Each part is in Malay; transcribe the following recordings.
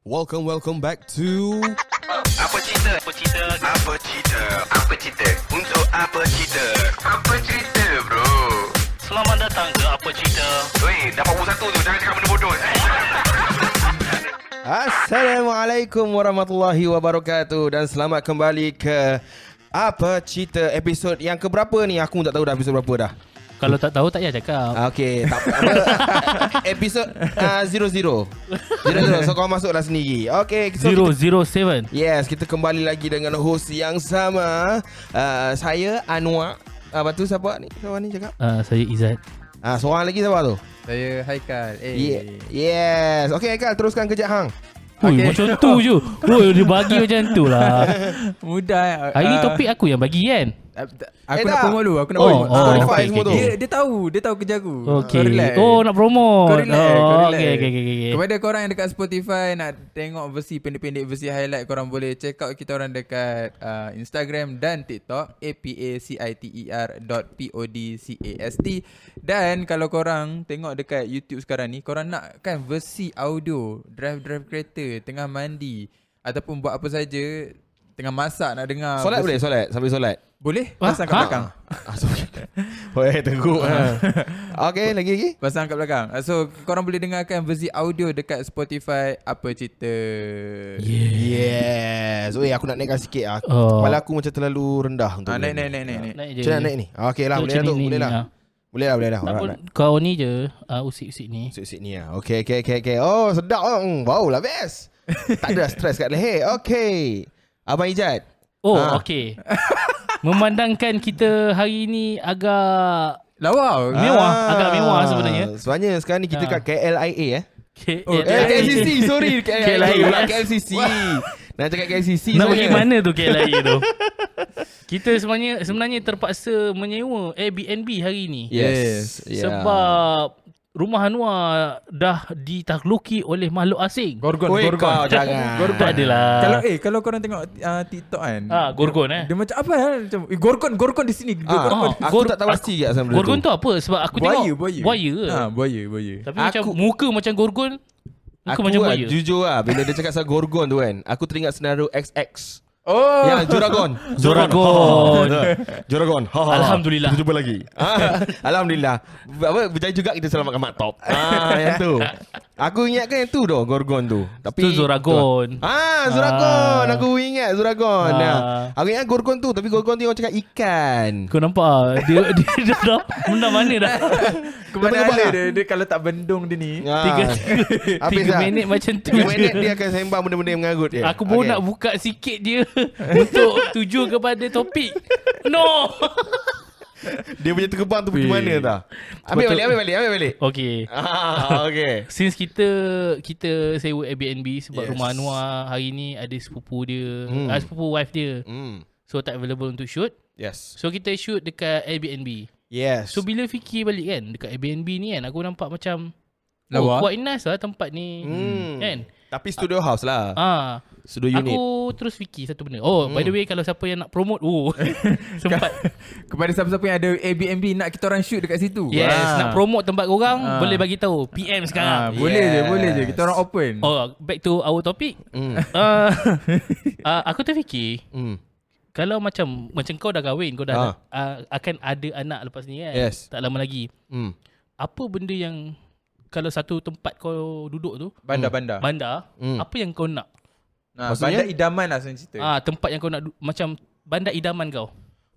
Welcome, welcome back to Apa cerita? Apa cerita? Apa cerita? Apa cerita? Untuk apa cerita? Apa cerita, bro? Selamat datang ke Apa Cerita Weh, dapat pukul satu tu. Jangan cakap benda bodoh. Eh? Assalamualaikum warahmatullahi wabarakatuh dan selamat kembali ke apa cerita episod yang keberapa ni? Aku pun tak tahu dah episod berapa dah. Kalau tak tahu tak payah cakap Ah, Okey, tak apa. apa. episod uh, zero zero. Zero zero. So kau masuklah sendiri. Okey, so Zero Zero Seven Yes, kita kembali lagi dengan host yang sama. Uh, saya Anwar. Ah, lepas tu siapa ni? Siapa ni cakap? uh, Saya Izzat Ah, seorang lagi siapa tu? Saya Haikal. Eh. Yeah. Yes. Okey, Haikal teruskan kerja hang. Ui, Okay. macam tu je Ui, dia bagi macam tu lah Mudah. eh. Hari ni Ah, topik aku yang bagi kan ah, tak- Eh, Aku nak tak. promote dulu. Aku nak Oh, promote. oh, Ah, okay, Spotify okay, semua tu. okay. Dia, dia tahu, dia tahu kerja aku. Okay Kau relax. Oh nak Kau promote relax, kau oh, relax. Okay okay okay, okay. Kepada korang yang dekat Spotify nak tengok versi pendek-pendek, versi highlight, korang boleh check out kita orang dekat uh, Instagram dan TikTok apaciter E dot podcast dan kalau korang tengok dekat YouTube sekarang ni, korang nak kan versi audio, drive-drive kereta, tengah mandi ataupun buat apa saja, tengah masak nak dengar. Solat versi- boleh solat sambil solat. Boleh? Ha? Pasang kat Ha? belakang. Ah, so, Weh, teguk. Ah. Okey, lagi lagi. Pasang kat belakang Ah, So korang boleh dengarkan versi audio dekat Spotify Apa cerita yeah. Yes. Weh, aku nak naikkan sikit ah. Oh. Kepala aku macam terlalu rendah untuk. ah, Naik ni. naik naik naik, naik. Naik je Macam mana naik ni? Ah, Okey lah, Tu boleh lah macam tu. ni, Boleh ni, lah. ah. Boleh lah, boleh lah. Tak Alright, pun alright. kau ni je uh, Usik-usik ni Sikit-sikit ni lah. Okey, okey, okey, okey. Oh, sedap lah. Hmm, wow lah, best. tak ada stres kat leher. Okey. Abang Ijat. Oh Ah. okay Memandangkan kita hari ni agak Lawa Mewah, agak mewah sebenarnya. Ah, Sebenarnya sekarang ni kita kat Ah. KLIA eh. Oh, KL. Eh, KLCC, sorry. KLIA. KLIA. pula, KLCC. Nak cakap KLCC. Nak pergi sebenarnya. mana tu KLIA tu Kita sebenarnya Sebenarnya terpaksa Menyewa Airbnb hari Ya. ni Yes. yeah. Sebab Rumah Anwar Dah ditakluki oleh makhluk asing Gorgon Oi, Gorgon kau jangan. Tak lah. adalah Kalau eh kalau korang tengok uh, TikTok kan Ah, Gorgon, eh. Dia macam apa hal macam eh, Gorgon Gorgon di sini Ah, Gorgon aku tak tahu pasti kat asal benda Gorgon tu. tu apa Sebab aku Buaya tengok buaya Buaya ke Ya, ha, Buaya buaya Tapi Aku- macam Muka macam Gorgon Muka Aku macam lah, buaya jujur lah Bila dia cakap pasal Gorgon tu kan Aku teringat senario XX Oh Yang Juragon Juragon. Juragon ha, ha. Alhamdulillah. Kita jumpa lagi Ah, Alhamdulillah Apa Berjaya juga kita selamatkan Mak Top ah, Yang tu Aku ingatkan yang tu doh Gorgon tu Tapi Tu tu Zoragon. lah. Ah Zoragon Ah. Aku ingat Zoragon Ah. ah. Aku ingat Gorgon tu Tapi Gorgon tu yang orang cakap ikan Kau nampak ah? Dia, dia, dia dah Benda mana dah Kemana Kau tengok ada lah. dia, dia kalau tak bendung dia ni Ah. Tiga, tiga, Habis tiga lah. minit macam tu Tiga je. minit dia akan sembang benda-benda yang mengarut dia Aku baru Okey. nak buka sikit je Untuk tuju kepada topik No Dia punya terbang tu pergi Weh. mana tak? Ambil Betul. balik, ambil balik, ambil balik. Okay Ah, okay. Since kita kita sewa Airbnb sebab Yes. yes. rumah Anwar hari ni ada sepupu dia, Hmm. hmm. sepupu wife dia. Hmm. So tak available untuk shoot. Yes. So kita shoot dekat Airbnb. Yes. So bila fikir balik kan dekat Airbnb ni kan aku nampak macam Oh, Lawa. quite nice lah tempat ni. Hmm. Kan? Tapi studio house lah. Ah, Studio unit. Hmm. aku terus fikir satu benda. Oh, by the way kalau siapa yang nak promote, oh. sempat. Kepada siapa-siapa yang ada Airbnb Nak kita orang shoot dekat situ Yes, Ah. nak promote tempat korang Ah. boleh bagi tahu PM Ah, sekarang. Boleh je Yes. boleh je Kita orang open Ah. Oh, back to our topic. Hmm. Uh, uh, aku terfikir Hmm. Kalau macam Macam kau dah kahwin Kau Ha. dah uh, Akan ada anak lepas ni kan Yes. Tak lama lagi Hmm. Apa benda yang Kalau satu tempat kau duduk tu Bandar-bandar Bandar Hmm. Apa yang kau nak Ah, Maksudnya? Bandar idaman lah sebenarnya cerita ah, Tempat yang kau nak du- Macam Bandar idaman kau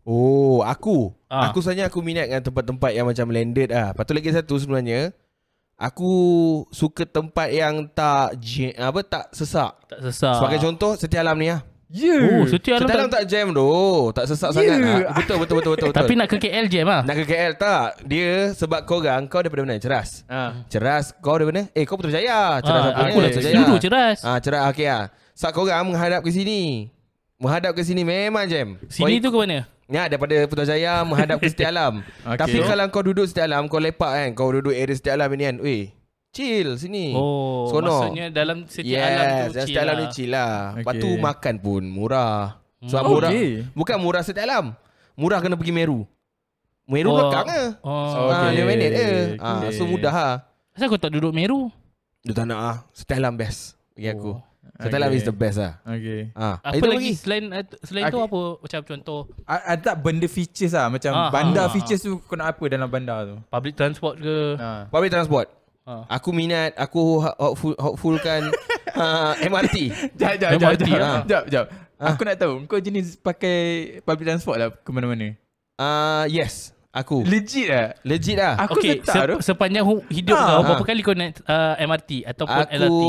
Oh, aku. Ah. Aku sebenarnya aku minat dengan tempat-tempat yang macam landed ah. Lepas tu lagi satu sebenarnya, aku suka tempat yang tak je- apa tak sesak. Tak sesak Sebagai contoh, Setia Alam ni ah. Oh Yeah. setiap Setia Alam alam tak, tak jam doh, tak sesak Ya. sangat. Ah. Betul, betul, betul, betul, betul. Tapi nak ke KL je lah nak ke KL tak? Dia sebab korang, kau daripada mana? Ceras. Ah. Ceras kau dari mana? Eh kau Putrajaya. Ceras Ah, apa? aku Eh, dah seluruh Ceras. Ah ceras okey ah. Saat korang menghadap ke sini. Menghadap ke sini memang jam. Sini tu ke mana Ya daripada Putrajaya menghadap ke Setiap Alam. Okey. Tapi kan kalau kau duduk Setiap Alam kau lepak kan. Kau duduk area Setiap Alam ni kan. Weh, chill sini. Oh Sono. Maksudnya dalam setiap yes, alam tu dan chill Setiap Alam lah. ni chill lah. Lepas tu Okey. makan pun murah. Sebab Hmm. murah. Okey. Bukan murah Setiap Alam. Murah kena pergi Meru. Meru oh. lekang ke? oh. Oh. Ah, Okey. dia minit eh. Ah, Okey. so mudah lah. Kenapa kau tak duduk Meru Dia tak nak ah. Setelan best Bagi aku So Thailand Okay. is the best lah. Okay. Ah, Apa itu lagi selain uh, selain tu Okay. apa macam contoh A- Ada tak benda features lah Macam Ah, ah, bandar ah, ah. features tu Kau nak apa dalam bandar tu public transport ke? ah. Public transport. Ah. Aku minat, aku ho- hopeful, hopefulkan ah, MRT. Jap, jap, Yang jap, multi jap, lah. jap, jap. Aku nak tahu Kau jenis pakai public transport lah Ke mana-mana Ah, yes, aku. Legit lah Legit lah. Aku okay, letak tu. sepanjang hu- hidup Ah. kau berapa Ah. kali kau naik uh, MRT ataupun Aku LRT?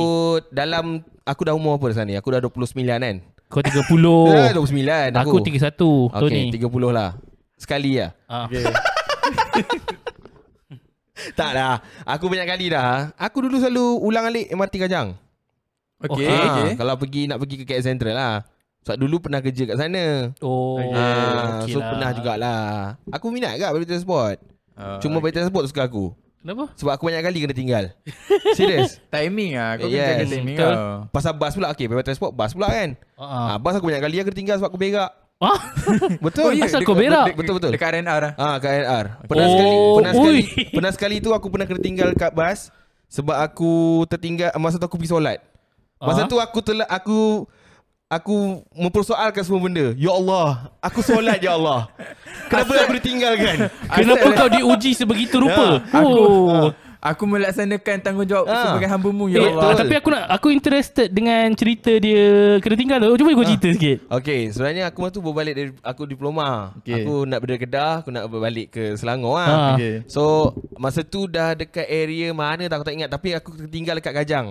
dalam aku dah umur apa sekarang ni? Aku dah 29 kan. Kau Dah 30. 29 Oh. aku. aku 31 Okey, Tony. 30 lah. Sekali lah. Ah. tak dah. Aku banyak kali dah. Aku dulu selalu ulang-alik MRT Kajang. Okay. Okay, okay. Ah, okay. Kalau pergi nak pergi ke KL Central lah. Sebab dulu pernah kerja kat sana. Oh, Okay. Ah, okey so lah. pernah jugalah. Aku minat kat public transport. Ah, Cuma public transport tu suka aku. Kenapa? Sebab aku banyak kali kena tinggal. Serius. Timing lah Kau Yes, kena jaga timing betul. lah Pasal bas pula. Okay, public transport bas pula kan. Ah, Ah. bas aku banyak kali aku kena tinggal sebab aku berak. Ah. Betul. ya? Asal Oh, dekat- kau berak? dekat- Betul, betul. Dekat RNR lah Ah, KNR. Pernah Oh, sekali, pernah sekali, ui. pernah sekali tu aku pernah tertinggal kat bas sebab aku tertinggal masa tu aku pergi solat. Masa Ah. tu aku telah aku aku mempersoalkan semua benda. Ya Allah, aku solat ya Allah. Kenapa aku ditinggalkan? Kenapa kau diuji sebegitu rupa? Ya, Aku oh. lah. Aku melaksanakan tanggungjawab Ah. Sebagai hambamu Ya Eh, Allah betul. tapi aku nak aku interested dengan cerita dia kena tinggal tu. Cuba Ah. kau cerita sikit. Okay, sebenarnya aku masa tu berbalik dari aku diploma. Okay. Aku nak berdiri Kedah, aku nak berbalik ke Selangor lah. Ah. Okay. So, masa tu dah dekat area mana tak aku tak ingat tapi aku tertinggal dekat Kajang.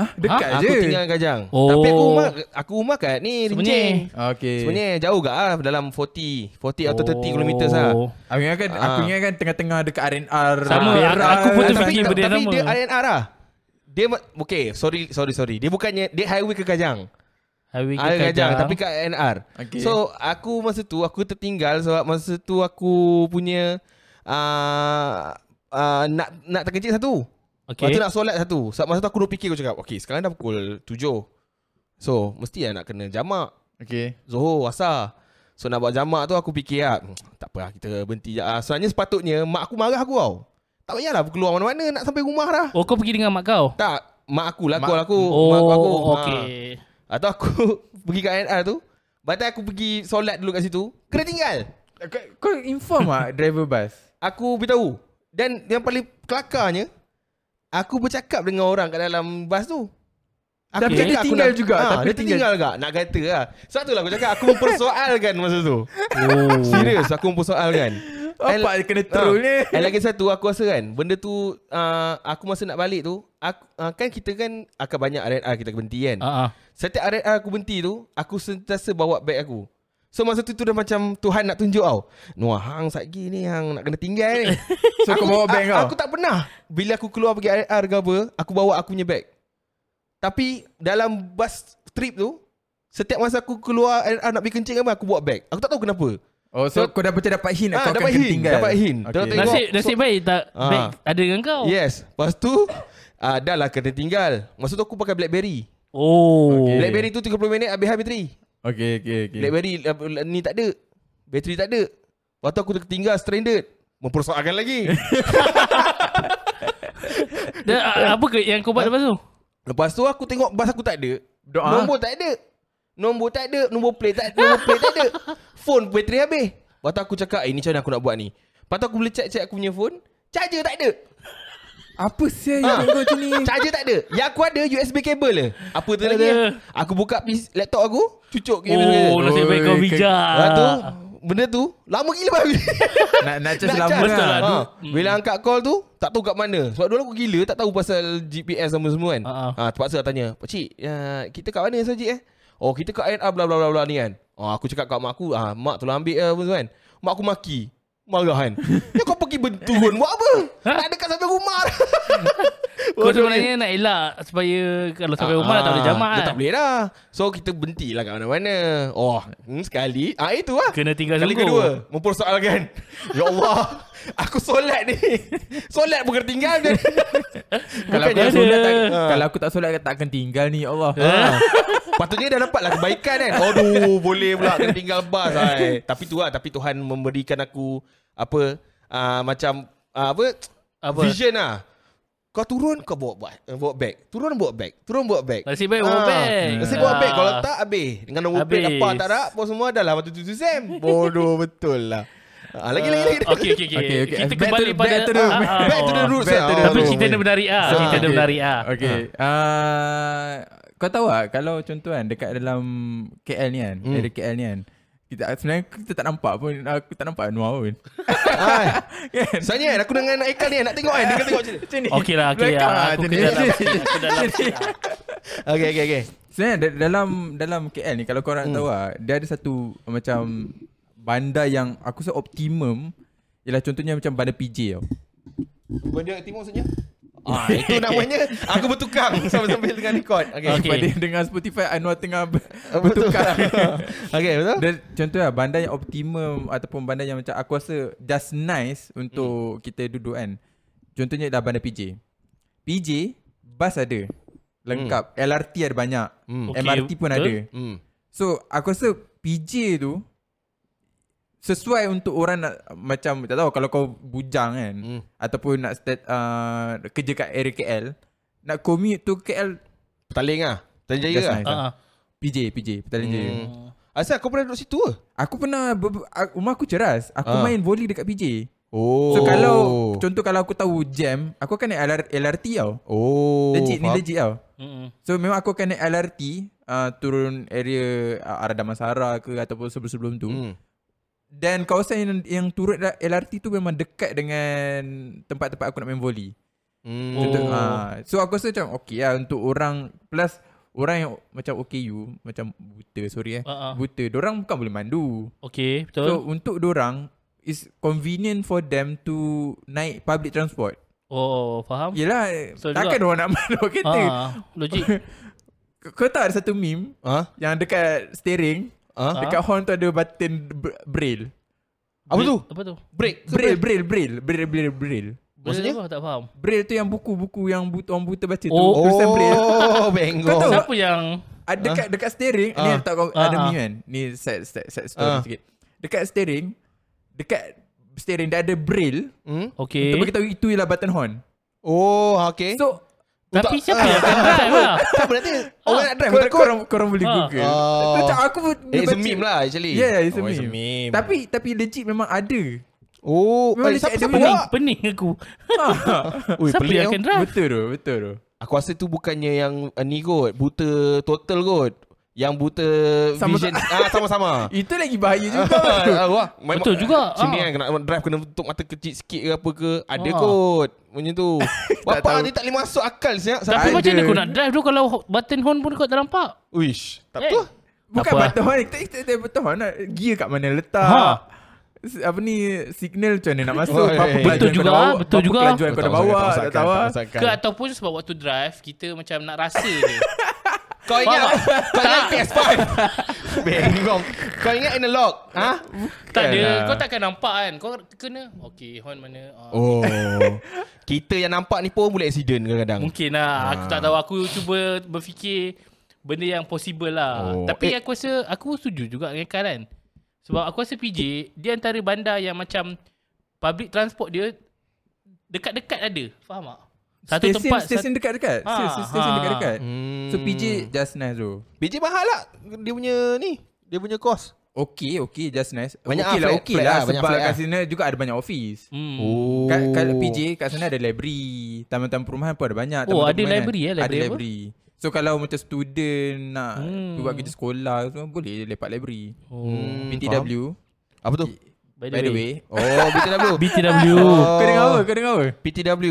ah, Dekat Aku je tinggal Kajang. Oh. Tapi aku rumah aku rumah kat ni Sebenarnya. Rincing. Okay Sebenarnya jauh gak lah dalam 40 40 atau 30 km lah Oh. Aku ingat kan Aku Ah. ingat kan tengah-tengah Dekat RNR Sama, Perak, aku- aku pun tak- Tapi, terfikir benda yang tapi sama. dia RNR lah Dia ma- Okay sorry sorry sorry Dia bukannya Dia highway ke Kajang Highway Highway ke Kajang Tapi kat RNR Okay. So aku masa tu Aku tertinggal Sebab masa tu aku punya uh, uh, Nak nak terkejut satu Okay. okay. Lepas tu nak solat satu Sebab masa tu aku duk fikir Aku cakap Okay sekarang dah pukul 7 So mesti lah nak kena jamak Okay Zohor, Asar. So nak buat jamak tu aku fikir lah, "Hmm, tak apa lah kita berhenti je. Ah, Sebenarnya sepatutnya mak aku marah aku tau. Tak payahlah aku keluar mana-mana nak sampai rumah dah. Oh kau pergi dengan mak kau? Tak, mak aku lah Mak- call aku. Oh, mak aku. aku. okay. Ha. Atau aku pergi kat NR tu. Batal aku pergi solat dulu kat situ. Kena tinggal. Kau, kau inform lah Driver bus Aku beritahu. Dan yang paling kelakarnya, aku bercakap dengan orang kat dalam bas tu. Tapi dia cakap tinggal juga, ha, tapi tapi dia tinggal. tinggal juga. Nak kata lah. Sebab tu lah aku cakap. Aku mempersoalkan masa tu. Oh. Serius aku mempersoalkan Apa And- kena Ah. troll ni And lagi satu aku rasa kan Benda tu uh, Aku masa nak balik tu aku, uh, Kan kita kan Akan banyak R&R kita berhenti kan Ah, ah. Setiap R&R aku berhenti tu Aku sentiasa bawa beg aku So masa tu tu dah macam Tuhan nak tunjuk tau Nuah hang satgi ni Hang nak kena tinggal ni So kau bawa beg a- kau? Aku tak pernah Bila aku keluar pergi R&R ke apa Aku bawa aku punya beg Tapi Dalam bus trip tu Setiap masa aku keluar R&R nak pergi kencing ke apa Aku bawa beg Aku tak tahu kenapa Oh so, kau dah macam dapat hint Ah, ah, Kau dapat akan hint, hint, tinggal dapat hint. okay. Dah tengok. Nasib nasib baik tak Ah. baik ada dengan kau. Yes Lepas tu uh, Dah lah kena tinggal Masa tu aku pakai Blackberry Oh. okay. Blackberry tu 30 minit habis-habis bateri Okay okay okay yeah. Blackberry uh, ni tak ada Bateri tak ada Lepas tu aku tertinggal stranded Mempersoalkan lagi Dan, ah, apa ke yang kau buat lepas tu? Lepas tu aku tengok bas aku tak ada Doa. Nombor tak ada Nombor tak ada Nombor plate tak ada Nombor plate tak ada Phone bateri habis Lepas tu aku cakap Eh ni macam mana aku nak buat ni Lepas tu aku boleh check-check aku punya phone Charger tak ada Apa sih Ah. yang kau Ya, macam ni Charger tak ada Yang aku ada USB kabel je Apa tu lagi Ada. eh? Aku buka PC, laptop aku Cucuk ke Oh, nasib baik kau Oi, bijak. Lepas Ah, tu ah. Benda tu Lama gila babi Nak nak charge lama Betul lah. lah ha, Bila angkat call tu Tak tahu kat mana Sebab dulu aku gila Tak tahu pasal GPS sama semua kan Ha, ha. ha, Terpaksa tanya Pakcik uh, Kita kat mana Sajik eh Oh kita kat INR bla bla bla bla ni kan oh, Aku cakap kat mak aku ah, Mak tolong ambil lah apa semua kan Mak aku maki Marah kan Ya kau pergi ben- turun buat apa Tak ada kat sampai rumah Kau Bodohnya. sebenarnya nak elak supaya kalau sampai Ah, rumah dah tak boleh jamak Dah kan. tak boleh dah. So kita berhenti lah kat mana-mana. Oh, hmm, sekali. Ah itu lah. Kena tinggal Kali sungguh. kedua, mempersoalkan. ya Allah, aku solat ni. solat bukan tinggal je. Kalau aku Bukannya tak solat tak, ada. Kalau aku tak solat tak akan tinggal ni ya Allah Ha? Ah. Patutnya dah dapat lah kebaikan kan. Aduh, boleh pula kena tinggal bas. Ay. Tapi tu lah, tapi Tuhan memberikan aku apa ah, macam ah, apa, Apa? vision lah. Kau turun kau bawa buat eh, bawa beg. Turun bawa beg. Turun bawa beg. Nasib baik oh, bawa beg. Ah. Nasib baik bawa beg. Ah. Kalau tak habis. Dengan nombor plate Habis. apa tak ada apa semua dah lah waktu tu tu Sam. Bodoh betul lah. Ah, lagi lagi lagi. Okey okey okey. Okay, okay. Kita Back kembali to- pada back to the- Ah, ah, Back to the ah. roots. Back to the ah. Tapi roots. cerita dia menarik ah. So, Cerita dia okay. menarik ah. Okay. Uh, kau tahu tak kalau contoh kan dekat dalam KL ni kan, mm. area KL ni kan, kita sebenarnya kita tak nampak pun, aku tak nampak Anwar pun. Hai. kan? Sebenarnya kan, aku dengan Aikal ni kan, nak tengok kan. Dia kena tengok macam ni. Macam ni. Okey lah, okey Belakang lah. Aku macam ke ni. dalam. lah. Aku dalam. Okay okay okay. Sebenarnya da- dalam dalam KL ni kalau korang hmm. tahu lah, dia ada satu macam bandar yang aku rasa optimum ialah contohnya macam bandar PJ tau. Benda timur maksudnya? Ah, itu namanya aku bertukang sambil-sambil dengan record. Okay. Okey. Okay. Pada dengan Spotify Anwar tengah ber- Bertukar. bertukar. okay, betul? Dan contohnya lah, bandar yang optimum ataupun bandar yang macam aku rasa just nice Hmm. untuk kita duduk kan. Contohnya dah bandar PJ. PJ bas ada. Lengkap. LRT ada banyak. Hmm. Okey, MRT pun betul. ada. Hmm. So aku rasa PJ tu sesuai untuk orang nak macam tak tahu kalau kau bujang kan Hmm. mm. ataupun nak start, uh, kerja kat area KL nak commute tu KL Petaling ah. Petaling Jaya Just lah. nice. Ah, ah. PJ PJ Petaling Jaya. Hmm. Asal kau pernah duduk situ ke? Aku pernah ber, ber- ah, rumah aku ceras. Aku Ah. main volley dekat PJ. Oh. So kalau contoh kalau aku tahu jam, aku akan naik LR, LRT tau. Oh. legit ni faham. legit tau. Mm-mm. So memang aku akan naik LRT uh, turun area uh, arah Damansara ke ataupun sebelum-sebelum tu. Hmm. Dan kawasan yang, yang turun da- LRT tu memang dekat dengan tempat-tempat aku nak main volley. Hmm. Contoh, Oh. ah, so aku rasa macam okay lah untuk orang plus orang yang macam OKU macam buta sorry eh. Ah, ah. Buta, orang bukan boleh mandu. Okey, So betul. untuk orang is convenient for them to naik public transport. Oh, faham. Ya, Yelah, Betul so takkan orang nak mandor kereta. Ah, logik. K- Kau tahu ada satu meme Ha? yang dekat steering, Ha? Ah. dekat horn tu ada button br- braille. Apa tu? Apa tu? Break. Braille, braille, braille, braille, braille, braille. Maksudnya? Maksudnya aku tak faham. Braille tu yang buku-buku yang but, orang buta baca tu. Oh. Tulisan braille. Oh, bengong. Kau tahu- Siapa yang Ada dekat dekat steering ni Ah. letak kau Ah, ada ah. meme kan. Ni set set set story Ah. sikit. Dekat steering, dekat steering dia ada braille Hmm? okey. untuk beritahu itu ialah button horn. Oh, okay. So, So Untuk- Tapi siapa yang akan drive lah? tak berarti Ah. orang nak drive Kor- takut. korang, korang boleh Ah. google. Ah. Macam aku pun Eh, it's a baca. meme lah actually. Yeah, it's a Oh, meme. Tapi tapi legit memang ada. oh, Memang eh, legit siapa ada siapa meme. Pening, bawa? pening aku. Ui, siapa pelik yang tau. akan drive? betul tu, betul tu. Aku rasa tu bukannya yang uh, ni kot Buta total kot Yang buta Sama- vision ah, Sama-sama Itu lagi bahaya juga. Ah, Wah, memang- Betul juga, Sini ah. kan kena drive Kena tutup mata kecil sikit ke apa ke Ada Ah. kot Macam tu tahu. Bapak ni tak boleh masuk akal siap Tapi Ada. macam mana aku nak drive tu kalau button horn pun kau tak nampak? Uish Tak Eh. betul Bukan Apa lah? button eh, horn, kita kita kita button horn nak gear kat mana letak. Ha. S- Apa ni signal macam mana nak Oh, masuk eh, eh. Berapa Betul kelajuan kau juga, nak bawa betul berapa juga. kelajuan kau dah bawa masuk Tak akal, tahu tak lah masuk akal. Ke ataupun sebab waktu drive kita macam nak rasa je. Kau ingat Faham tak? Kau ingat PS5 Bengong Kau ingat analog Ha? tak ada, lah. kau takkan nampak kan. Kau kena okey horn mana. Ah. Oh Kita yang nampak ni pun Boleh accident kadang-kadang Mungkin lah Aku tak tahu Aku cuba berfikir Benda yang possible lah Oh, oh, eh. Tapi eh. aku rasa Aku setuju juga dengan Kak kan Sebab aku rasa PJ Dia antara bandar yang macam Public transport dia Dekat-dekat ada Faham tak? Satu Stesen- tempat Stesen satu, dekat-dekat Ha, Stesen- Stesen ha. dekat-dekat Hmm. So PJ just nice tu BJ mahal lah Dia punya ni Dia punya kos Okay okay just nice Banyak Okay ah, lah flat- okay flat lah lah, banyak Sebab flat kat lah. sini juga ada banyak office hmm. Oh Kat, kat PJ kat sana ada library. Taman-taman perumahan pun ada banyak. Oh, taman-taman ada permainan. library eh, Ada library apa? library. So kalau macam student nak hmm. buat kerja sekolah semua boleh lepak library. oh. Hmm, BTW. faham. Apa tu? By By the way. Oh BTW BTW Oh. Kau dengar apa? Kau dengar apa? PTW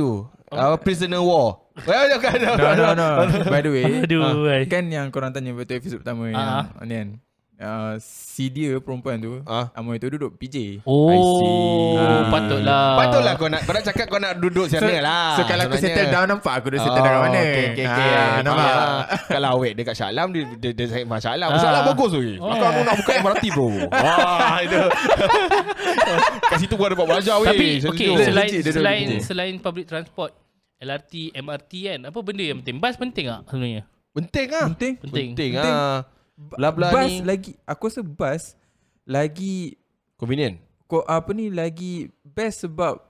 uh, Prisoner War Well, bukan, No, no, no. By the way. Aduh uh, Kan yang korang tanya waktu episod pertama yang Ah. ni kan. Uh, si dia perempuan tu Ah. uh. Amoy tu duduk PJ Oh I see. Ah. Patutlah Patutlah kau nak Kau nak cakap kau nak duduk So, sana lah so kalau sebenarnya. aku Oh, settle down nampak aku dah settle down kat mana Okay, okay, okay. Ah, Nampak Ah, Kalau awet dekat Shah Alam Dia, dia, dia saya Shah Alam Shah Ah. Alam bagus tu oh. Aku, aku nak buka MRT bro Wah itu Kat situ bukan dapat belajar weh Tapi Saya okay, tunjuk. selain Legit dia duduk selain PJ. selain public transport LRT, MRT kan Apa benda yang penting? Bas penting tak sebenarnya? Penting lah Penting Penting. Penting Penting. lah Bla bla bas ni lagi Aku rasa bas Lagi Convenient ko, Apa ni Lagi Best sebab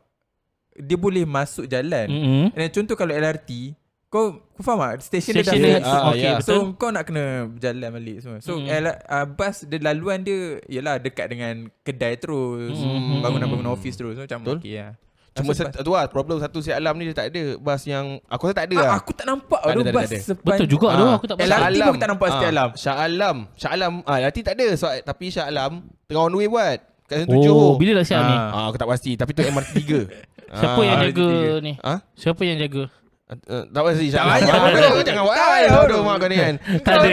dia boleh masuk jalan. Mm. Mm-hmm. And then, contoh kalau LRT, kau kau faham tak? Station, dia dah Station dia- fix. ah, okay, ya. betul. So kau nak kena berjalan balik semua. So Mm. mm. L, uh, bus dia laluan dia ialah dekat dengan kedai terus, Mm. mm. bangunan-bangunan office terus. So, macam Betul. okey lah. Cuma Lepas tu set, tu lah problem satu si Alam ni dia tak ada bus yang aku rasa tak ada bus- lah. Ah. ah, aku tak nampak Tak tu ada, tak ada, tak bus ada. sepan- Betul juga tu aku tak LRT pasal. Alam. Ah. pun tak nampak setiap Alam. Shah Alam. Shah Alam. Ah, LRT tak ada. So, tapi Shah Alam tengah on the way buat. Kat Sentul Johor. Oh, bila dah siap ni? Ah, aku tak pasti. Tapi tu MRT 3. Siapa Ah. yang ada jaga tiga. ni? Ha? Siapa yang jaga? Uh, tak pasti Shah Tak Alam. payah. Ah, Aduh, jangan buat. Tak payah. Aduh, mak kau ni kan. Tak ada.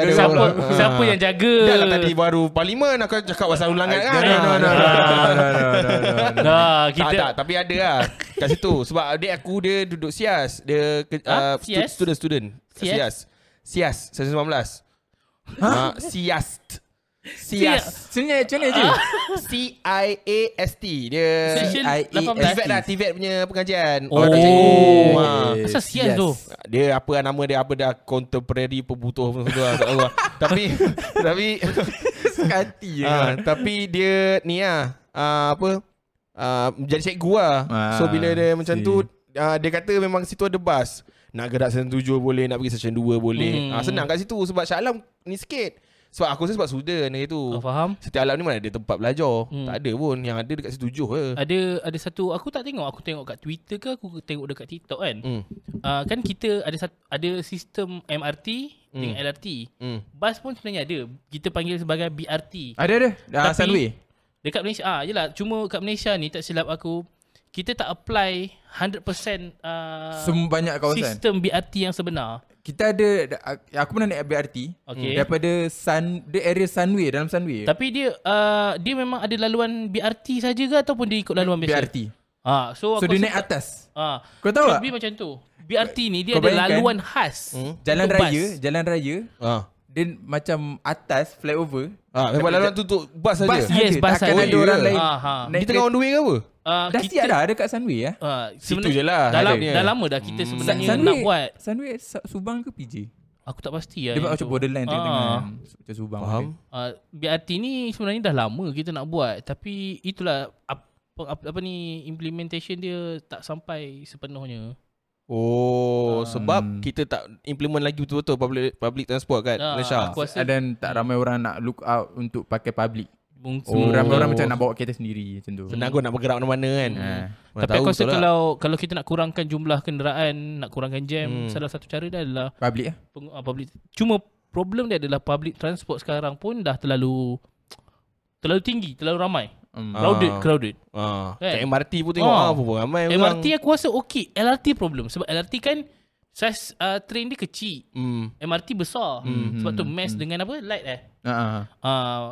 Aduh, Siapa ah. siapa yang jaga? Dah lah tadi baru parlimen aku cakap pasal ulangan kan. No, no, no, no, no, no, no, no, no, no. Dah, Tak, tak, kita tapi ada lah Kat situ Sebab adik aku dia duduk SIAS Dia ke, uh, Ha? stu- Sias? student student Sias? SIAS SIAS 119 ha? uh, SIAS SIAS Sebenarnya macam mana je? C-I-A-S-T Dia E Session CIAS. 18. TVET lah TVET punya pengajian Oh. Orang cakap, Oh, ah. Asal sias tu? Dia apa lah nama dia Apa dah Contemporary Pembutuh apa semua tu lah. Tapi Tapi Sekati je. Ah, tapi dia ni lah ah, apa ah, jadi cikgu lah. Ah, so bila dia macam see. tu ah, dia kata memang situ ada bas. Nak gerak section 7 boleh, nak pergi section 2 boleh. Hmm. Ah, senang kat situ sebab Shah Alam ni sikit. Sebab aku rasa sebab student lagi tu. Oh, faham. Setiap alam ni mana ada tempat belajar. Hmm. Tak ada pun. Yang ada dekat situ Johor je. Ada ada satu aku tak tengok aku tengok kat Twitter ke aku tengok dekat TikTok kan. Hmm. Uh, kan kita ada satu, ada sistem MRT Hmm. dengan LRT. Hmm. Bas pun sebenarnya ada. Kita panggil sebagai BRT. Ada ada. Tapi- Ah, Sunway. Dekat Malaysia ah yalah cuma kat Malaysia ni tak silap aku kita tak apply 100% uh, Semua banyak kawasan. sistem BRT yang sebenar. Kita ada aku pernah naik BRT. Okey. Hmm. Daripada Sun the area Sunway dalam Sunway. Tapi dia uh, dia memang ada laluan BRT saja ke ataupun dia ikut laluan biasa? BRT. Ah so aku So dia rasa naik tak- atas. Ah. Kau tahu tak? Lebih macam tu. BRT ni dia Kau ada bayangkan? laluan khas. Hmm? Jalan raya, jalan raya. Ah. Dia macam atas flyover. Ah, memang laluan tu untuk bas saja. Bas Bas Yes, ada. bas Takkan ada. ada Oh, orang ya. lain. Ha, ha. Dia Naik tengah on the way ke apa? Uh, Dah siap dah dekat Sunway ya. Uh, Situ je lah Dalam, harapnya. dah lama dah Hmm. kita sebenarnya Sun- Hmm, nak buat. Sunway Sa- Subang ke PJ? Aku tak pasti lah. Dia yang macam tu. borderline Ah. tengah-tengah. kan. Macam Subang. Faham? Uh, BRT ni sebenarnya dah lama kita nak buat. Tapi itulah apa, apa, apa ni implementation dia tak sampai sepenuhnya. Oh, Ah. sebab kita tak implement lagi betul-betul public, public transport kat Ah, Malaysia. aku rasa And then tak ramai orang nak look out untuk pakai public. mungkin. So, oh. ramai orang macam nak bawa kereta sendiri macam tu. Senang kot nak bergerak mana-mana kan. Hmm. Mana Tapi aku tahu rasa betul lah. kalau kalau kita nak kurangkan jumlah kenderaan, nak kurangkan jam, Hmm. salah satu cara dia adalah Public lah. peng, uh, public cuma problem dia adalah public transport sekarang pun dah terlalu terlalu tinggi, terlalu ramai. Hmm. Crowded, Ah. crowded. Ah, Kan? kat MRT pun tengok ah, Ah. apa pun ramai orang. MRT aku rasa okey, LRT problem sebab LRT kan saiz uh, train dia kecil, hmm. MRT besar. Hmm. Sebab tu Hmm. mess Hmm. dengan apa? Light eh. Ah, ah, ah. Uh,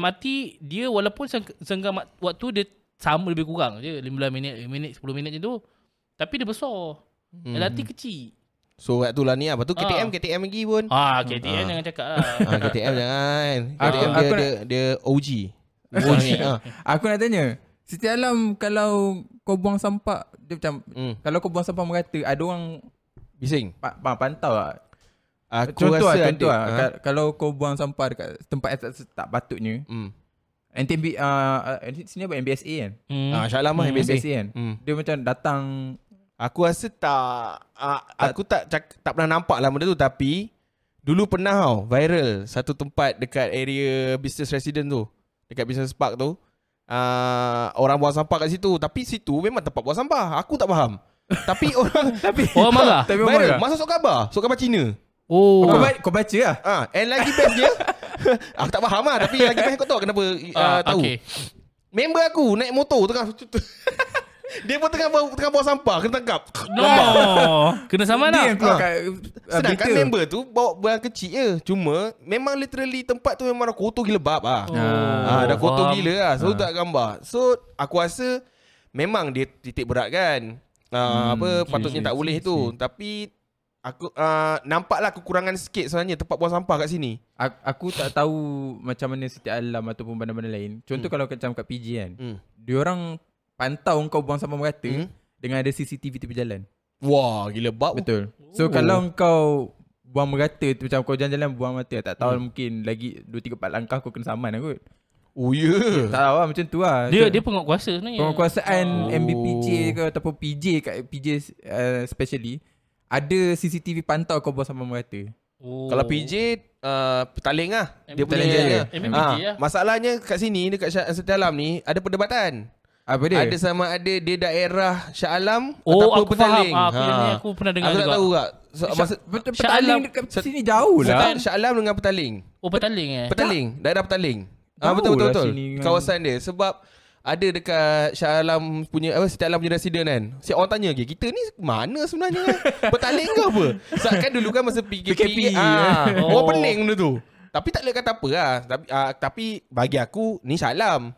MRT dia walaupun seng- senggang mak- waktu dia sama lebih kurang je 15 minit, 5 minit, 10 minit macam tu. Tapi dia besar. Hmm. LRT kecil. So kat tu lah ni apa tu KTM Ah. KTM lagi pun. Ah, KTM Ah. jangan cakap lah. Ah, KTM jangan. Aku- KTM dia, aku dia, dia OG. OG. Ah. Aku nak tanya. Siti Alam kalau kau buang sampah dia macam Hmm. kalau kau buang sampah merata ada orang Bising. pa, pa, pantau tak? Aku contoh rasa lah, ada. contoh lah. Ah. Ka- Kalau kau buang sampah dekat tempat yang tak, tak patutnya. Hmm. NTB uh, sini apa MBSA kan? Hmm. Ah, Syah Lama Hmm. MBSA. MBSA kan? Hmm. Dia macam datang Aku rasa tak, ah, aku tak cak, tak pernah nampak lah benda tu tapi dulu pernah tau viral satu tempat dekat area business resident tu dekat business park tu uh, orang buang sampah kat situ tapi situ memang tempat buang sampah aku tak faham tapi orang tapi Orang marah? Tapi orang viral marah? masa sok khabar sok khabar Cina Oh. kau, ba- kau baca lah. ah and lagi best dia aku tak faham lah tapi lagi best kau tahu kenapa uh, Ah, tahu okey. member aku naik motor tengah dia pun tengah buang- tengah buang sampah kena tangkap No. Kena sama lah. Dia nak. yang keluar Ah. kat uh, Sedangkan berita. member tu bawa barang kecil je. Cuma memang literally tempat tu memang dah kotor gila bab ah. Oh, Oh, ah dah kotor faham. gila ah. So tak gambar. So aku rasa memang dia titik berat kan. Hmm, Ah, apa patutnya tak boleh tu. Tapi aku ah, nampaklah kekurangan sikit sebenarnya tempat buang sampah kat sini. Aku, aku tak tahu macam mana Siti Alam ataupun bandar-bandar lain. Contoh kalau macam kat PJ kan. Hmm. Dia orang pantau kau buang sampah merata Hmm. dengan ada CCTV tepi jalan. Wah, gila bab. Betul. So Oh. kalau kau Hmm. buang merata tu macam kau jalan-jalan buang merata tak tahu mungkin lagi 2 3 4 langkah kau kena saman lah kot. Oh ya yeah. Tak tahu lah macam tu lah Dia So, dia penguatkuasa sebenarnya. Penguatkuasaan Oh. oh. MBPJ ke Ataupun PJ kat PJ uh, Specially Ada CCTV pantau kau bawa sama merata Oh. Kalau PJ uh, Petaling lah Dia punya Petaling jalan. je. MBPJ Ah, lah. Masalahnya kat sini Dekat Shah Seti Alam ni Ada perdebatan Apa dia? dia. Ada sama ada Dia daerah Shah Alam Oh, ataupun aku faham. Petaling. Ha. Ah, aku yang ni aku pernah dengar Aku tak juga. tahu tak so, Syak- masa, Pet- Shah Petaling Alam- dekat Set- sini jauh lah Bukan Shah Alam dengan Petaling Oh petaling eh. Petaling Daerah Petaling ah, Jauh Betul betul lah betul sini dengan- Kawasan dia Sebab ada dekat Shah Alam punya apa Setiap Alam punya resident kan. Siap orang tanya lagi, kita ni mana sebenarnya? Petaling ke apa? Sebab kan dulu kan masa PKP, PKP, ah, eh. orang Oh. pening benda tu. Tapi tak boleh kata apa lah. Tapi, ah, tapi bagi aku ni Shah Alam.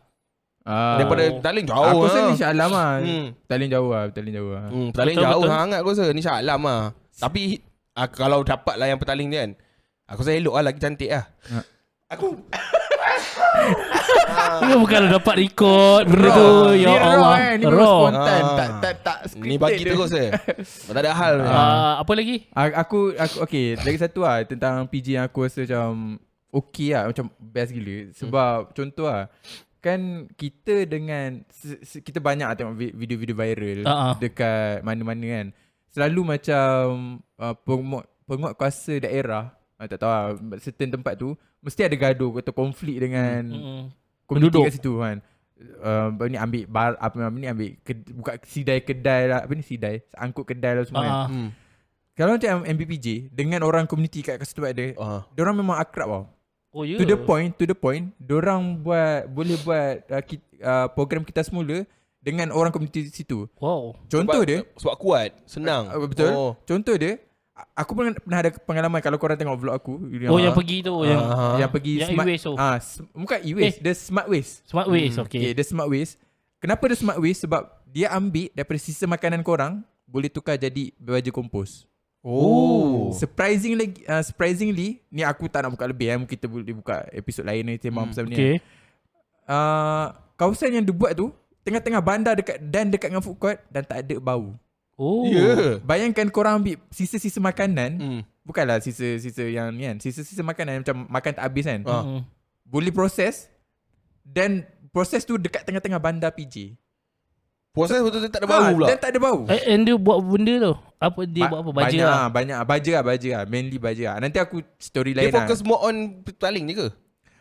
ah. Daripada Petaling jauh Aku rasa lah. ni Shah Alam lah Hmm. Petaling jauh lah Petaling jauh lah Hmm, petaling Betul, betul, jauh betul. betul. sangat aku rasa. Ni Shah Alam lah. Tapi ah, kalau dapat lah yang petaling ni kan. Aku rasa elok lah lagi cantik lah. Ha. Aku Ini bukan lu dapat record benda Raw. tu. Ni Ya raw, Allah. eh. Ni baru Raw. spontan Ah. Tak tak tak scripted ni bagi dia. terus eh. Tak ada hal. Uh, Ah, apa lagi? A- Aku, aku Okay Lagi satu lah Tentang PJ yang aku rasa macam Okay lah Macam best gila Sebab Contoh lah Kan kita dengan se- se- Kita banyak lah tengok vi- video-video viral Ah, ah. Dekat mana-mana kan Selalu macam uh, penguat, penguat kuasa daerah uh, Tak tahu lah Certain tempat tu Mesti ada gaduh Atau konflik dengan Mm-mm. Hmm, Komuniti Penduduk. kat situ kan Uh, apa ni ambil bar apa nama ni ambil ke, buka sidai-kedai lah apa ni sidai angkut kedai lah semua kan Ah, hmm. kalau macam MBPJ dengan orang komuniti kat kat situ ada, Ah. orang memang akrab tau. Oh ya. To the point, to the point, orang buat boleh buat uh, ki, uh, program kita semula dengan orang komuniti situ. Wow. Contoh Sebab- dia, Sebab kuat. Senang. uh, betul? Oh. Oh. Contoh dia, a- aku pun pernah ada pengalaman kalau korang tengok vlog aku Oh yang pergi tu yang Ah, uh, yang pergi yang smart e-waste tu. Eh. Ah, s- bukan e-waste, the smart waste. Smart Ways Hmm, okey. Okay, dia smart waste. Kenapa dia smart waste? Sebab dia ambil daripada sisa makanan korang boleh tukar jadi baju kompos. Oh. Surprising lagi uh, surprisingly ni aku tak nak buka lebih eh mungkin kita boleh buka episod lain ni tema hmm, pasal ni. Okey. Uh, kawasan yang dia buat tu tengah-tengah bandar dekat dan dekat dengan food court dan tak ada bau. Oh. Ya. Yeah. Bayangkan korang ambil sisa-sisa makanan, hmm. Hmm. bukanlah sisa-sisa yang ni kan, sisa-sisa makanan macam makan tak habis kan. Ah. Mm. Boleh proses dan proses tu dekat tengah-tengah bandar PJ. Proses betul-betul tak ada bau pula. Dan Ah, tak ada bau. lah. Eh, and dia buat benda tu. Apa dia buat apa? Baja banyak, lah. lah. Banyak lah, baja lah, baja lah. Mainly baja lah. Nanti aku story Dia lain lah. fokus more on petaling je ke?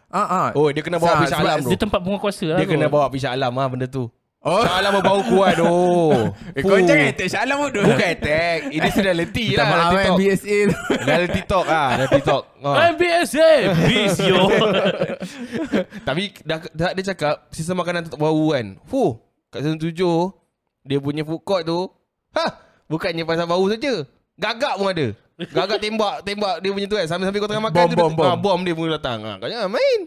Ah, ah. Oh, dia kena bawa Sa- pergi Shah sebab- Alam tu. Dia tempat penguatkuasa lah. Dia tu. kena bawa pergi Shah Alam lah benda tu. Oh. Shah Alam berbau kuat oh. Eh, kau Fuh. jangan attack Shah Alam bodoh. Bukan attack. Ini sudah letih Minta lah. maaf dalam kan TikTok. BSA tu. Reality talk ah, reality talk. Oh. I'm BSA. Please yo. Tapi dah, dah dia cakap sistem makanan tetap bau kan. Fuh, kat season 7 dia punya food court tu, ha, bukannya pasal bau saja. Gagak pun ada. Gagak tembak, tembak dia punya tu kan. Sambil-sambil kau tengah makan Bom, tu, bom, dia, bom. Ah, bom dia pun datang. Ha, kau jangan main.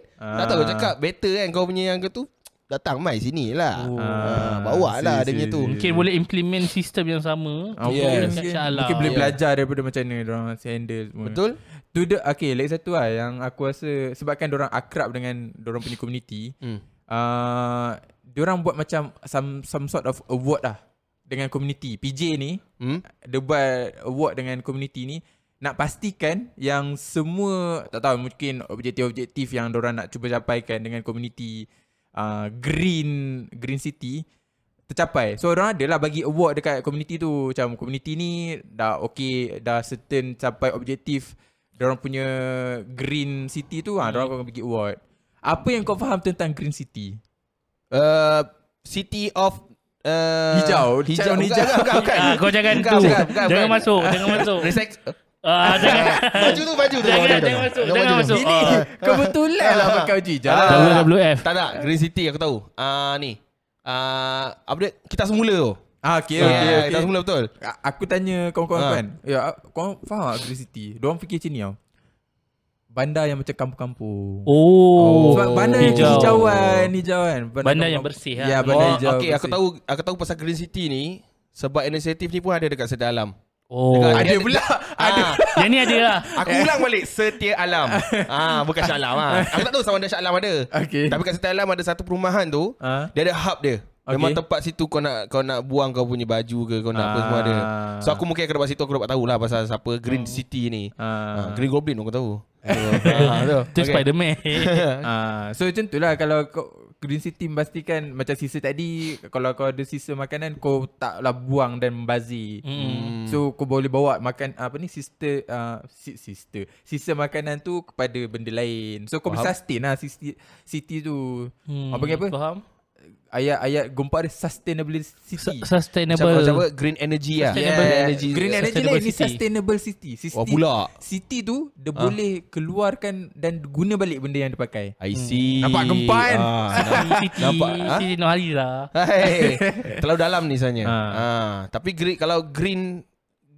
Tak Ah. tahu kau cakap better kan kau punya yang ke tu. Datang mai sini lah. Oh. Ah, bawa Ah, lah si, dia punya si, tu. si. Mungkin boleh implement sistem yang sama. Yes. Ah, mungkin, Dekat mungkin, Shah Alam. Ya. mungkin boleh Yeah. belajar daripada macam mana orang handle semua. Betul? Tu the, okay, lagi satu lah yang aku rasa sebabkan orang akrab dengan orang punya community. Hmm. Uh, orang buat macam some some sort of award lah dengan community. PJ ni Hmm? dia buat award dengan community ni nak pastikan yang semua tak tahu mungkin objektif-objektif yang diorang nak cuba capaikan dengan community uh, green green city tercapai. So diorang adalah bagi award dekat community tu macam community ni dah okay dah certain capai objektif diorang punya green city tu ah diorang akan bagi award. Apa yang kau faham tentang green city? Uh, City of uh, Hijau. Hijau Bukan, Cakap orang hijau. bukan, bukan. Ah, kau jangan Bukan, tu. bukan, bukan, Jangan bukan. masuk, jangan masuk. Recyc- Ah, jangan. Eh, Baju tu baju tu Jangan, jangan masuk, jangan masuk. Ini Ah. kebetulan lah pakai uji Ah. jalan. WWF. Tak tak Green City aku tahu Ah ni Ah apa dia Kita semula tu Ah, okay, Ya, okay, Kita okay. semula betul A- Aku tanya kawan-kawan Ha. ha. kan. Ya, a- kau faham tak Green City? Diorang fikir macam ni tau. Bandar yang macam kampung-kampung. Oh. Sebab bandar yang Hijau. hijauan, hijauan. Bandar yang kampung-kampung. bersih lah. Ya, bandar Oh, hijau. okay, aku bersih. tahu aku tahu pasal Green City ni sebab inisiatif ni pun ada dekat Setia Alam. Ah, Oh. Dekat- Ada pula. Ada. Yang ni ada lah. Aku ulang balik Setia Alam. ah, bukan Shah Alam ah. Aku tak tahu sama ada Shah Alam ada. Okay. Tapi kat Setia Alam ada satu perumahan tu, Ah. dia ada hub dia. Memang tempat situ kau nak kau nak buang kau punya baju ke kau nak apa semua ada. So aku mungkin akan dapat situ aku dapat tahulah pasal siapa Green City ni. Ah, Ah. Green Goblin pun kau tahu. Ah, tu. Tu Okay. Spiderman Ah, so macam tu lah kalau kau Green City memastikan macam sisa tadi kalau kau ada sisa makanan kau taklah buang dan membazir. Mm. So kau boleh bawa makan ah, apa ni sister uh, sister sisa makanan tu kepada benda lain. So kau boleh sustain lah city, city tu. Hmm, Hmm, apa panggil apa? Faham Ayat-ayat gempak dia sustainable city. Su- Siapa, Sustainable siapa Green Energy lah. Sustainable Yeah. energy. Green energy Sustainable lain ni city. sustainable city. city. Wah, pula. City tu dia boleh keluarkan dan guna balik benda yang dia pakai. I see. Nampak gempa kan? Ah, Siti Nampak, ha? Siti Nohari lah Hai. Terlalu dalam ni sebenarnya. Ha. Ha. tapi green kalau green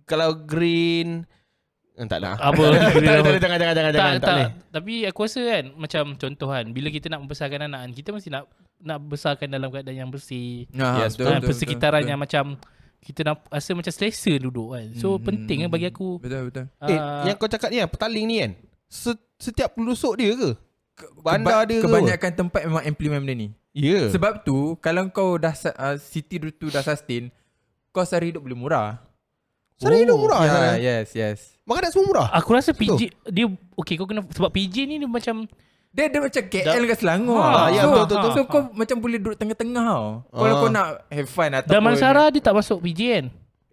kalau green eh, tak nak. Apa? tak ada, tak ada, jangan jangan jangan jangan tak, tak, tak, boleh. Tapi aku rasa kan Macam contoh kan Bila kita nak membesarkan anak kan Kita mesti nak Nak besarkan dalam keadaan yang bersih Ah, Yes, Dalam persekitaran yang macam Kita nak rasa macam selesa duduk kan So Hmm. penting kan bagi aku Betul betul. Eh, ah, yang kau cakap ni kan, petaling ni kan. Se- setiap pelusuk dia ke? Bandar Keba- dia ke? kebanyakan tempat memang implement benda ni. Ya. Yeah. Sebab tu kalau kau dah sa- uh, city tu- tu dah sustain, kos hari hidup boleh murah. Sara hidup murah. Ya, Yeah, yeah. yes, yes. Makanan semua murah. Aku rasa Betul. PJ Dia Okay kau kena Sebab PJ ni dia macam Dia dia macam KL ke Selangor. Ha, ya, so, betul, betul, so, betul. kau macam boleh duduk tengah-tengah tau. Kalau Ah. kau nak have fun ataupun Damansara dia tak masuk PJ kan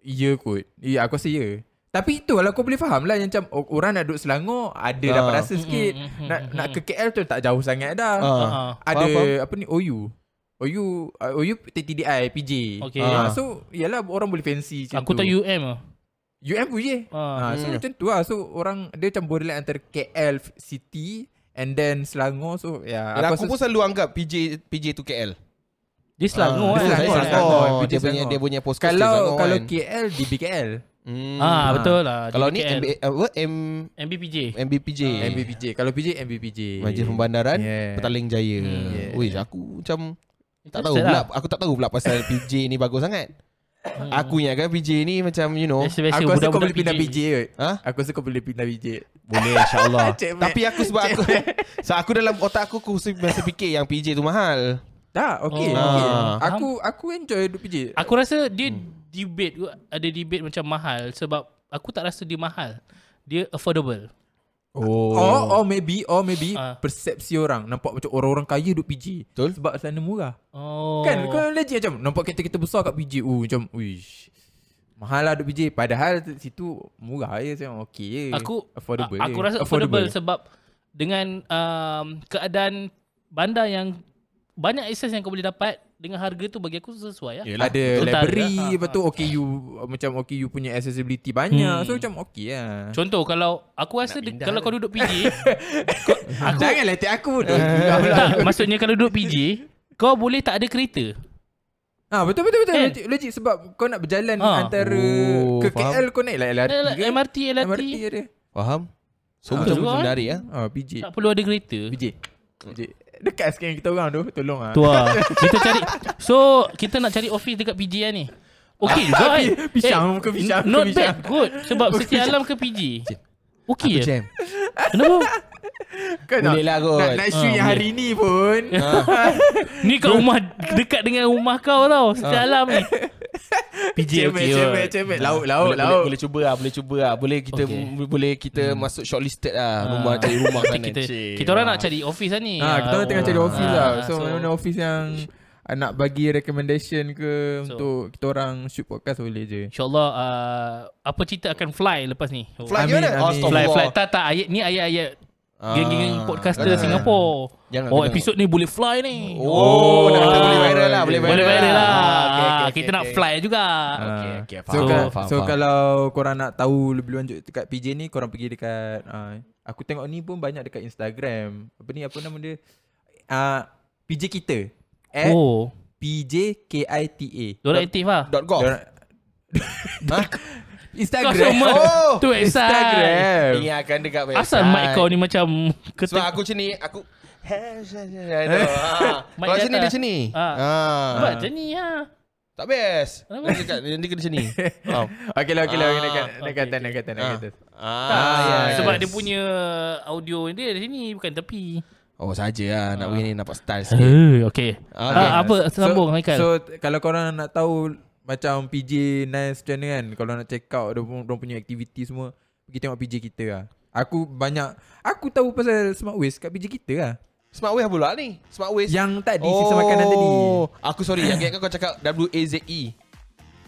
Ya kot. Ya, aku rasa ya. Tapi itu kalau kau boleh faham lah yang macam oh, orang nak duduk Selangor ada Ah. dapat rasa sikit. Nak nak ke KL tu tak jauh sangat dah. Ah. Ah. Ada Faham, faham. apa ni OU. OU uh, OU TTDI PJ. Okay. Ah, so yalah orang boleh fancy macam Aku tu. tak UM lah UM pun je. Ah. Ah, so macam tu lah. So orang dia macam borderline antara KL city and then Selangor. So ya Dan aku, pun selalu anggap PJ PJ tu KL. Dia Selangor kan Ah, dia Saya Selangor, Selangor. Selangor. PJ Dia punya Selangor. dia punya postcode kalau Selangor kalau kan. KL di BKL. Hmm. Ah betul lah dia Kalau ni KL. MB, apa M MBPJ MBPJ. MBPJ. Kalau PJ MBPJ. Majlis Eh. Pembandaran Yeah. Hmm, Petaling Jaya. Yeah. Wish aku macam tak tahu Interested pula lah. aku tak tahu pula pasal PJ ni bagus sangat. Hmm. Aku ingatkan PJ ni macam you know. Biasa-biasa Aku rasa kau budak-budak boleh pindah PJ kot. Ha? Aku rasa kau boleh pindah PJ. Boleh insyaAllah Cik Mat. Tapi aku sebab aku so Aku dalam otak aku Aku masih fikir yang PJ tu mahal Tak, okey. Oh. okay. Ah. Aku aku enjoy duduk PJ. Aku rasa dia hmm. debate kot. ada debate macam mahal sebab aku tak rasa dia mahal. Dia affordable. Oh, Or, or maybe or maybe Ah. persepsi orang nampak macam orang-orang kaya duduk PJ. Betul. Sebab sana murah. Oh. Kan kau legit macam nampak kereta-kereta besar kat PJ. Oh macam uish. Mahal lah duduk PJ padahal tu- situ murah je macam okey je. aku affordable. affordable. Aku Eh, je. rasa affordable, affordable sebab dengan um, keadaan bandar yang banyak access yang kau boleh dapat dengan harga tu bagi aku sesuai lah. Yeah. Yelah, ada betul. library Ah, Hmm. ah. lepas tu okay you macam okay you punya accessibility banyak. So macam okey lah. Contoh kalau aku rasa de- kalau kau duduk PJ Aku, Ah, Jangan letak aku bodoh. tak, maksudnya kalau duduk PJ kau boleh tak ada kereta. Ah betul betul betul Kan? legit, legit sebab kau nak berjalan Ah. antara Oh, ke faham. KL kau naik lah LRT Eh, ke? MRT, LRT. MRT ada. Faham? So Ah, macam betul macam kan? dari ya. Ah PJ. Tak perlu ada kereta. PJ. Hmm. PJ. Dekat sikit dengan kita orang tu tolong ah. Tu lah Kita cari So Kita nak cari office dekat PJ lah ni Okay juga kan Pisang, bukan pisang, bukan Not pisang. bad Good Sebab Siti Alam ke PJ Okay Aku je jam. Kenapa Kau Boleh lah kot. Nak, nak shoot Ah, boleh. yang Ah, hari ni pun. Ni kat rumah Dekat dengan rumah kau tau Siti Ah. Alam ni PJ okay Cemek, kot. Ah, cemek, lauk, lauk, Boleh, boleh, lauk. boleh cuba lah, boleh cuba lah. Boleh kita Okey. okay. boleh kita hmm. masuk shortlisted lah rumah Ah. cari rumah Ah. sana. kita, Cik. kita orang nak cari office lah ni Ah, kita orang tengah cari office Ah, lah. So, mana-mana office yang ah, nak bagi recommendation ke So. untuk kita orang shoot podcast boleh je. InsyaAllah uh, Apa cerita akan fly lepas ni Oh. fly Amin, gimana? amin. Oh, Fly astagfirullah. fly Tak tak ayat, Ni ayat-ayat Ah, Geng-geng podcaster jangan. Singapore Jangan Oh kena. episod ni boleh fly ni Oh, dah kata boleh viral lah, boleh Boleh viral lah. viral lah. Ah, okay, okay, Kita okay, nak okay. fly juga. Okay, okay, Ah. so, faham, ka- faham, so faham. kalau korang nak tahu lebih lanjut dekat PJ ni, korang pergi dekat ah, aku tengok ni pun banyak dekat Instagram. Apa ni apa nama dia? Ah, PJ kita. At oh. Oh, PJ KITA. diorang aktif lah. Dot gov. Diorang- Ha? Instagram. Customer Oh, tu website. Instagram. Ingatkan dekat website. Asal mic kau ni macam Sebab ketik. aku macam ni, aku Ah. Mic Kalau sini datang. dia sini. Ah. Sebab Ah. macam ni lah. Tak best. Kenapa? Dia cakap nanti kena sini. Faham? Okey lah, okey lah. Ah, Nak kata, nak okey, kata, okey. nak kata, nak Ah. kata. Ah, Ah, yes. Sebab dia punya audio dia dari sini bukan tepi. Oh saja lah nak begini nampak style sikit. Eh, okay. Okay. Ah, apa sambung so, Haikal? So t- kalau korang nak tahu macam PJ Nice macam mana kan Kalau nak check out dia pun- Diorang punya aktiviti semua Pergi tengok PJ kita lah Aku banyak Aku tahu pasal Smart Waste kat PJ kita lah Smart Way pula ni. Smart Way. Yang tadi oh. siksa makanan tadi Aku sorry. Yang kan kau cakap W A Z E.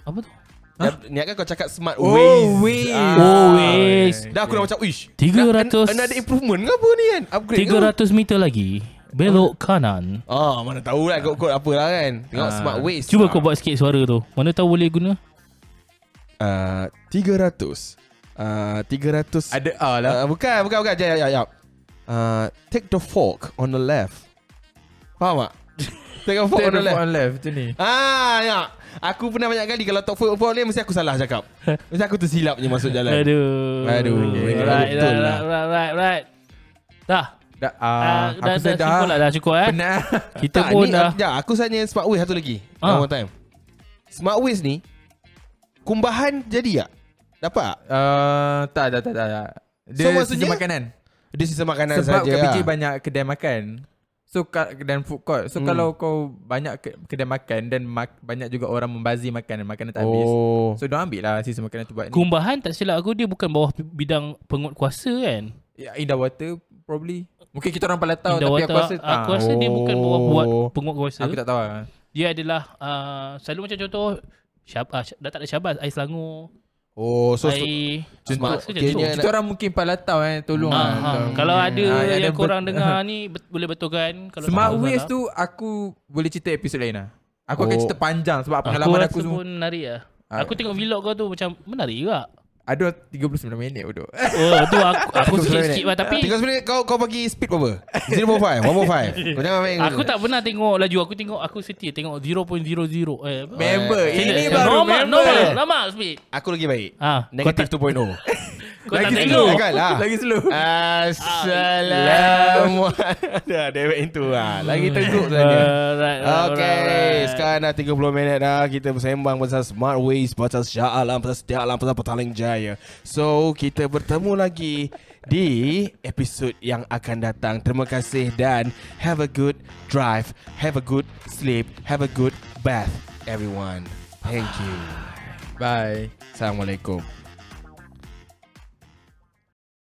apa tu? Huh? Niatkan kau cakap smart Oh, ways. ways. Ah. Oh, ways. Dah aku dah macam ish. 300. Another improvement ke apa ni kan? Upgrade ke? 300 meter lagi. Belok kanan. Ah, mana tahu lah kod-kod apa lah kan. Ah. Tengok smart ways. Cuba kau buat sikit suara tu. Mana tahu boleh guna? Ah, 300. Ah, 300. Ada A lah Ah, bukan, bukan, bukan. Jap, jap, jap. Ah, take the fork on the left. Faham tak? take the fork on the left. on left Macam ni Ah, ya. Aku pernah banyak kali kalau top fork fork ni mesti aku salah cakap. Mesti aku tersilap je masuk jalan. Aduh. Aduh, Right, memang right, betul right, lah. right, right, right. Dah. Dah A Ah, dah, Aku dah, sedar cukup lah, dah cukup eh. Penat Kita pun ni, dah. aku- jap, aku sebenarnya smart waist satu lagi. Ah. Ah. One time. Smart waist ni kumbahan jadi tak? Dapat tak? Ah, Tak tak tak tak tak. Dia So, so, maksudnya- makanan Dia sisa makanan Sebab saja. kat PJ lah. banyak kedai makan So ka- dan food court So Hmm. kalau kau banyak ke- kedai makan Dan mak- banyak juga orang membazir makanan Makanan tak habis Oh. So diorang ambil lah sisa makanan tu buat ni Kumbahan tak silap aku dia bukan bawah bidang pengut kuasa kan. Ya, Indah Water probably Mungkin kita orang paling tahu Indah Tapi Water, aku rasa aku ah, rasa dia bukan bawah Oh. buat pengut kuasa. Aku tak tahu lah Dia adalah uh, selalu macam contoh syab, uh, dah tak ada syabas air Selangor, Oh, so air smart. Aku rasa Okey, macam tu. ni- Kita orang mungkin paling tahu eh Tolong Ah, lah ha. tolong. Kalau ada Ah, yang, ada korang bet- dengar ni bet- boleh betulkan kalau Smart tak lah. Ways salah. tu Aku boleh cerita episod lain lah Aku akan Oh. cerita panjang Sebab pengalaman aku aku, rasa semua pun menarik lah. Ah. Aku tengok vlog kau tu macam menarik juga. Ada 39 minit bodoh Oh tu aku aku sikit-sikit lah tapi Tiga minit kau kau bagi speed berapa? 0.5, 1.5. Kau jangan main. aku tak pernah tengok laju aku tengok aku setia tengok 0.00 eh apa? Member Eh, Ini eh, baru normal, member normal, normal lah, speed. Aku lagi baik. Ah, kau Negative 2.0. Kau tak Lagi tengok. slow. Kan lah. Lagi slow Assalamualaikum. Dah dewek itu lah. Lagi teguk sebenarnya. Alright, alright, Okay, alright. sekarang dah 30 minit dah kita bersembang pasal Smart Ways, pasal Shah Alam, pasal Setia Alam, pasal Petaling Jaya. So, kita bertemu lagi di episod yang akan datang. Terima kasih dan have a good drive, have a good sleep, have a good bath everyone. Thank you. Bye Assalamualaikum.